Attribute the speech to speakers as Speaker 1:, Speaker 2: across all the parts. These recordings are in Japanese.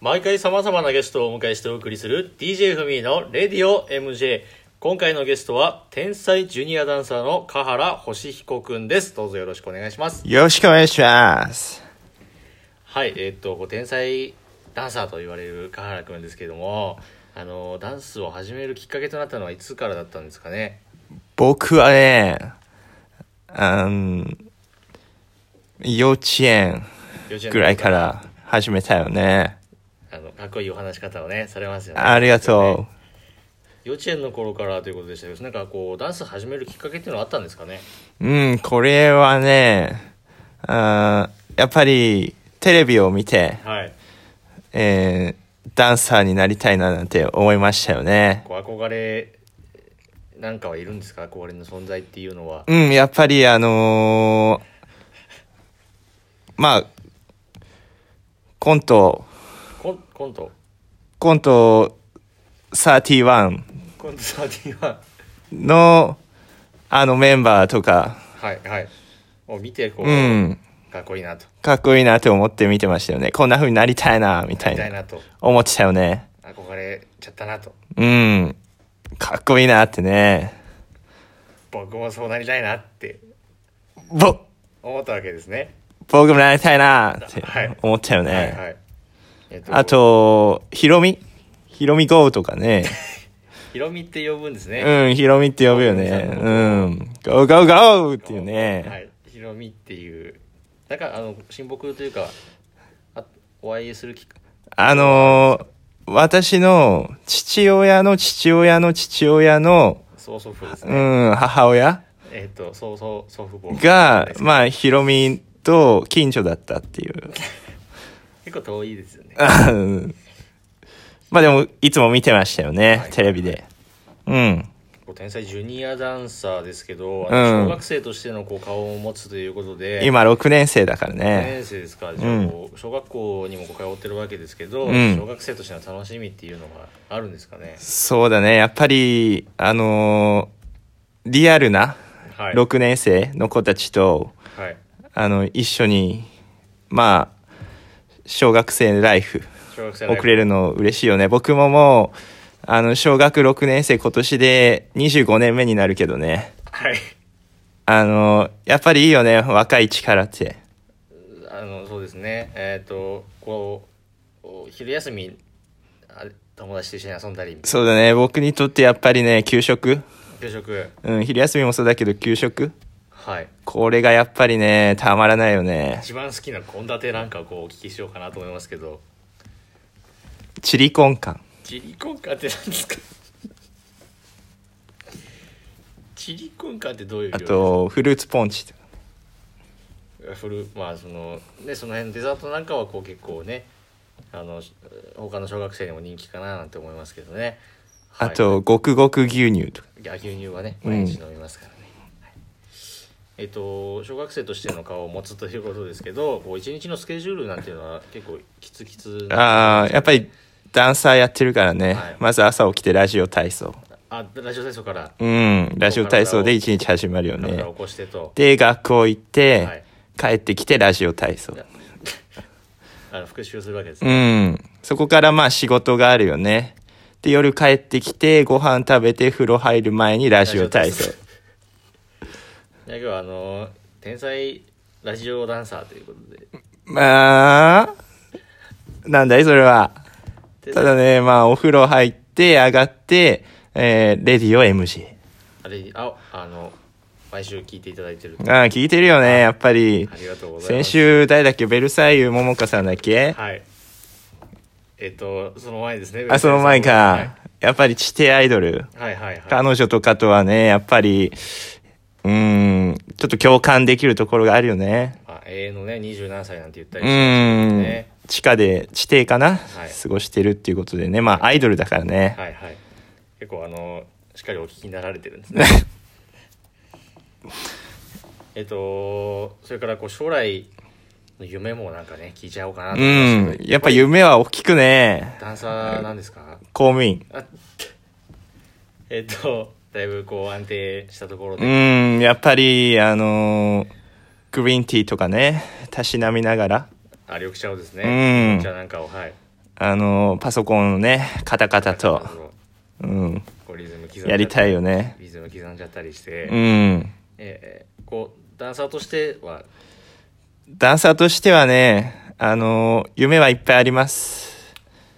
Speaker 1: 毎回様々なゲストをお迎えしてお送りする DJ ふみのレディオ MJ。今回のゲストは、天才ジュニアダンサーの香原星彦くんです。どうぞよろしくお願いします。
Speaker 2: よろしくお願いします。
Speaker 1: はい、えーっと、こう天才ダンサーと言われる香原くんですけども、あの、ダンスを始めるきっかけとなったのはいつからだったんですかね。
Speaker 2: 僕はね、うん、幼稚園
Speaker 1: 幼稚園の時
Speaker 2: ぐらいから始めたよね。
Speaker 1: あの、かっこいいお話し方をね、されますよね。
Speaker 2: ありがと
Speaker 1: 幼稚園の頃からということでしたけど、なんかこう、ダンス始めるきっかけっていうのはあったんですかね。
Speaker 2: う。うん、これはね、あーやっぱりテレビを見て、
Speaker 1: はい。
Speaker 2: えーダンサーになりたいななんて思いましたよね。
Speaker 1: こう憧れなんかはいるんですか憧れの存在っていうのは
Speaker 2: うん、やっぱりあのーまあ、コント、
Speaker 1: コンコント
Speaker 2: コント31
Speaker 1: コント31は
Speaker 2: の、あのメンバーとか、
Speaker 1: はいはいを見てこう、
Speaker 2: うん、
Speaker 1: かっこいいなと
Speaker 2: かっこいいなって思って見てましたよね。こんな風になりたいな、みた
Speaker 1: み
Speaker 2: い
Speaker 1: たい
Speaker 2: な。
Speaker 1: なと
Speaker 2: 思ってたよね。
Speaker 1: 憧れちゃったなと
Speaker 2: うん。かっこいいなってね。
Speaker 1: 僕もそうなりたいなって
Speaker 2: ぼ、
Speaker 1: 思ったわけですね
Speaker 2: 僕もなりたいなって
Speaker 1: はい
Speaker 2: 思ったよ
Speaker 1: はい
Speaker 2: ね。
Speaker 1: はい、えっ
Speaker 2: あと、ヒロミヒロミ GO とか ね。
Speaker 1: ヒロミって呼ぶんですね、
Speaker 2: うん、ヒロミって呼ぶよね。うん。GO GO GO っていう
Speaker 1: は
Speaker 2: ね。
Speaker 1: いヒロミっていうなんかあの親睦というかあお会いするきっ
Speaker 2: あのー、私の父親の父親の父親の、
Speaker 1: 曽祖父です
Speaker 2: う
Speaker 1: ね、
Speaker 2: ん、母親
Speaker 1: えっと曽祖祖父母
Speaker 2: が、
Speaker 1: 結
Speaker 2: まあ、ヒロミと近所だったっていう。
Speaker 1: 構遠いですよね
Speaker 2: うんまあでも、いつも見てましたよね、テレビで。うん。
Speaker 1: 天才ジュニアダンサーですけど、あ
Speaker 2: う
Speaker 1: の
Speaker 2: ん
Speaker 1: 小学生としてのこう顔を持つということで、
Speaker 2: 今、6年生だから
Speaker 1: 2
Speaker 2: ね。
Speaker 1: 年生ですか、じゃあこう小学校にもこう通ってるわけですけど、
Speaker 2: うん
Speaker 1: 小学生としての楽しみっていうのがあるんですかね。
Speaker 2: そうだね、やっぱり、あのーリアルな
Speaker 1: はい。
Speaker 2: 6年生の子たちと、
Speaker 1: はい。
Speaker 2: あの、一緒に、まあ、小学生ライフ、
Speaker 1: 小学生
Speaker 2: 送れ
Speaker 1: る。
Speaker 2: るの嬉しいよね。僕ももう、あの、小学6年生今年で25年目になるけどね。
Speaker 1: はい。
Speaker 2: あの、やっぱりいいよね、若い力って。
Speaker 1: あの、そうですね。えっ、と、こう、お昼休み、あ友達と一緒に遊んだり、
Speaker 2: そうだね、僕にとってやっぱりね、給食、
Speaker 1: 給食、
Speaker 2: うん、昼休みもそうだけど、給食、
Speaker 1: はい。
Speaker 2: これがやっぱりね、たまらないよね。
Speaker 1: 一番好きな献立なんかをこうお聞きしようかなと思いますけど、
Speaker 2: チリコンカン。
Speaker 1: チリコンカンって何ですかチリコンカンってどういう料
Speaker 2: あ
Speaker 1: 理
Speaker 2: と、フルーツポンチとか。
Speaker 1: フルまあそのねその辺のデザートなんかはこう結構ねあのし他の小学生にも人気かななんて思いますけどね、はい
Speaker 2: あと、ごくごく牛乳とか。
Speaker 1: いや牛乳はね
Speaker 2: うん
Speaker 1: 毎日飲みますからね、はいえっと小学生としての顔を持つということですけどこう一日のスケジュールなんていうのは結構きつきつ
Speaker 2: ああ、やっぱり、ダンサーやってるからね、
Speaker 1: はい
Speaker 2: まず朝起きてラジオ体操。
Speaker 1: あラジオ体操から
Speaker 2: うん、ラジオ体操で一日始まるよ
Speaker 1: 体
Speaker 2: ね
Speaker 1: を。起こしてと、
Speaker 2: で、学校行って、
Speaker 1: はい
Speaker 2: 帰ってきてラジオ体操。
Speaker 1: あの復習するわけです
Speaker 2: う
Speaker 1: ね、
Speaker 2: ん。そこからまあ仕事があるよね。で、夜帰ってきて、ご飯食べて、風呂入る前にラジオ体操。
Speaker 1: いや今日はあの天才ラジオダンサーということで
Speaker 2: まあ、なんだいそれは。ただね、まあお風呂入って、上がって、えー、レディオ MG。
Speaker 1: あれああの毎週聞いていただいてる
Speaker 2: ああ、聞いてるよね、やっぱり
Speaker 1: あ。りがとうございま
Speaker 2: 先
Speaker 1: す
Speaker 2: 週、誰だっけベルサイユ桃香さんだっけ
Speaker 1: はいえっとその前ですね
Speaker 2: あ、その前
Speaker 1: は
Speaker 2: か。やっぱり地底アイドル。
Speaker 1: いはいはいはい
Speaker 2: 彼女とかとはね、やっぱり、うーん、ちょっと共感できるところがあるよね。
Speaker 1: まあ、永遠のね27歳なんて言った
Speaker 2: う
Speaker 1: りして
Speaker 2: ーん、
Speaker 1: ね
Speaker 2: 地下で地底かな、
Speaker 1: い
Speaker 2: 過ごしてるっていうことでねまあアイドルだからね、
Speaker 1: はいはい結構あのしっかりお聞きになられてるん ですねえっとそれからこう将来の夢もなんかね聞いちゃおうかなと思いま
Speaker 2: う
Speaker 1: す
Speaker 2: ん
Speaker 1: けど
Speaker 2: やっぱ夢は大きくね
Speaker 1: ダンサーなんですか
Speaker 2: 公務員
Speaker 1: あえっとだいぶこう安定したところ
Speaker 2: う
Speaker 1: で
Speaker 2: んやっぱりあのーグリーンティーとかねたしなみながら
Speaker 1: あ緑茶をです
Speaker 2: う
Speaker 1: ね
Speaker 2: ん
Speaker 1: 緑茶なんかをはい
Speaker 2: あの、パソコンのね、カタカタと、うん、
Speaker 1: こうリズム刻んじゃ
Speaker 2: やりたいよね。
Speaker 1: リズム刻んじゃったりして、
Speaker 2: うん。
Speaker 1: えーこうダンサーとしては
Speaker 2: ダンサーとしてはね、あの、夢はいっぱいあります。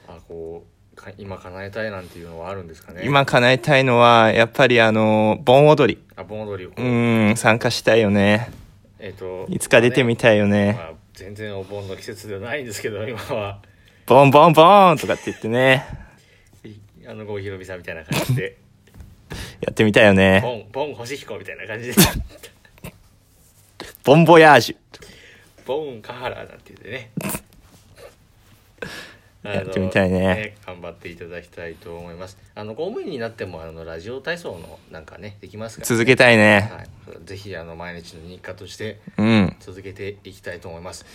Speaker 1: あこうか今叶えたいなんていうのはあるんですかね
Speaker 2: 今叶えたいのは、やっぱりあの、盆踊り。
Speaker 1: あ盆踊りをこう、
Speaker 2: うん、参加したいよね。
Speaker 1: えっ、と
Speaker 2: いつか出てみたいよね。
Speaker 1: まあ、全然お盆の季節ではないんですけど今は
Speaker 2: ボンボンボンとかって言ってね、
Speaker 1: いあの郷ひろみさんみたいな感じ で
Speaker 2: やってみたいよ
Speaker 1: 「
Speaker 2: ね。
Speaker 1: ボンボン星彦」みたいな感じで
Speaker 2: ボンボヤージ
Speaker 1: 「ボンカハラ」なんて言ってね
Speaker 2: やってみたいね
Speaker 1: あの頑張っていただきたいと思いますあの公務員になってもあのラジオ体操のなんかねできますか
Speaker 2: ュ。
Speaker 1: ら、
Speaker 2: 続けたいね。
Speaker 1: はい、ぜひあの毎日の日課として
Speaker 2: うん。
Speaker 1: 続けていきたいと思います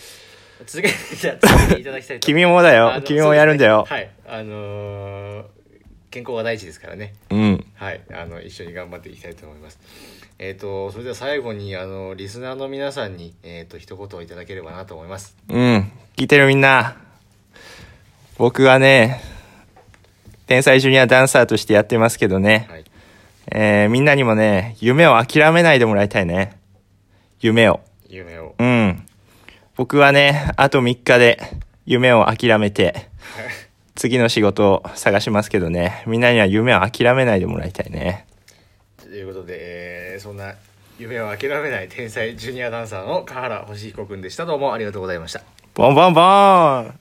Speaker 1: 続けてじゃあ続けていただきたいと思い
Speaker 2: 君もだ
Speaker 1: ますあ
Speaker 2: よ
Speaker 1: の。
Speaker 2: 君もやるんだよ。
Speaker 1: そうですねはいあのー健康が第一ですからね
Speaker 2: うん。
Speaker 1: はい、あの一緒に頑張っていきたいと思います。えっ、とそれでは最後にあのリスナーの皆さんにえっ、と一言いただければなと思います。
Speaker 2: うん。聞いてるみんな。僕はね、天才ジュニアダンサーとしてやってますけどね。
Speaker 1: はい、
Speaker 2: えー、みんなにもね、夢を諦めないでもらいたいね。夢を。
Speaker 1: 夢を
Speaker 2: うん。僕はね、あと3日で夢を諦めて、次の仕事を探しますけどね。みんなには夢を諦めないでもらいたいね。
Speaker 1: ということで、えーそんな夢を諦めない天才ジュニアダンサーの河原星彦くんでした。どうもありがとうございました。
Speaker 2: ボンボンボーン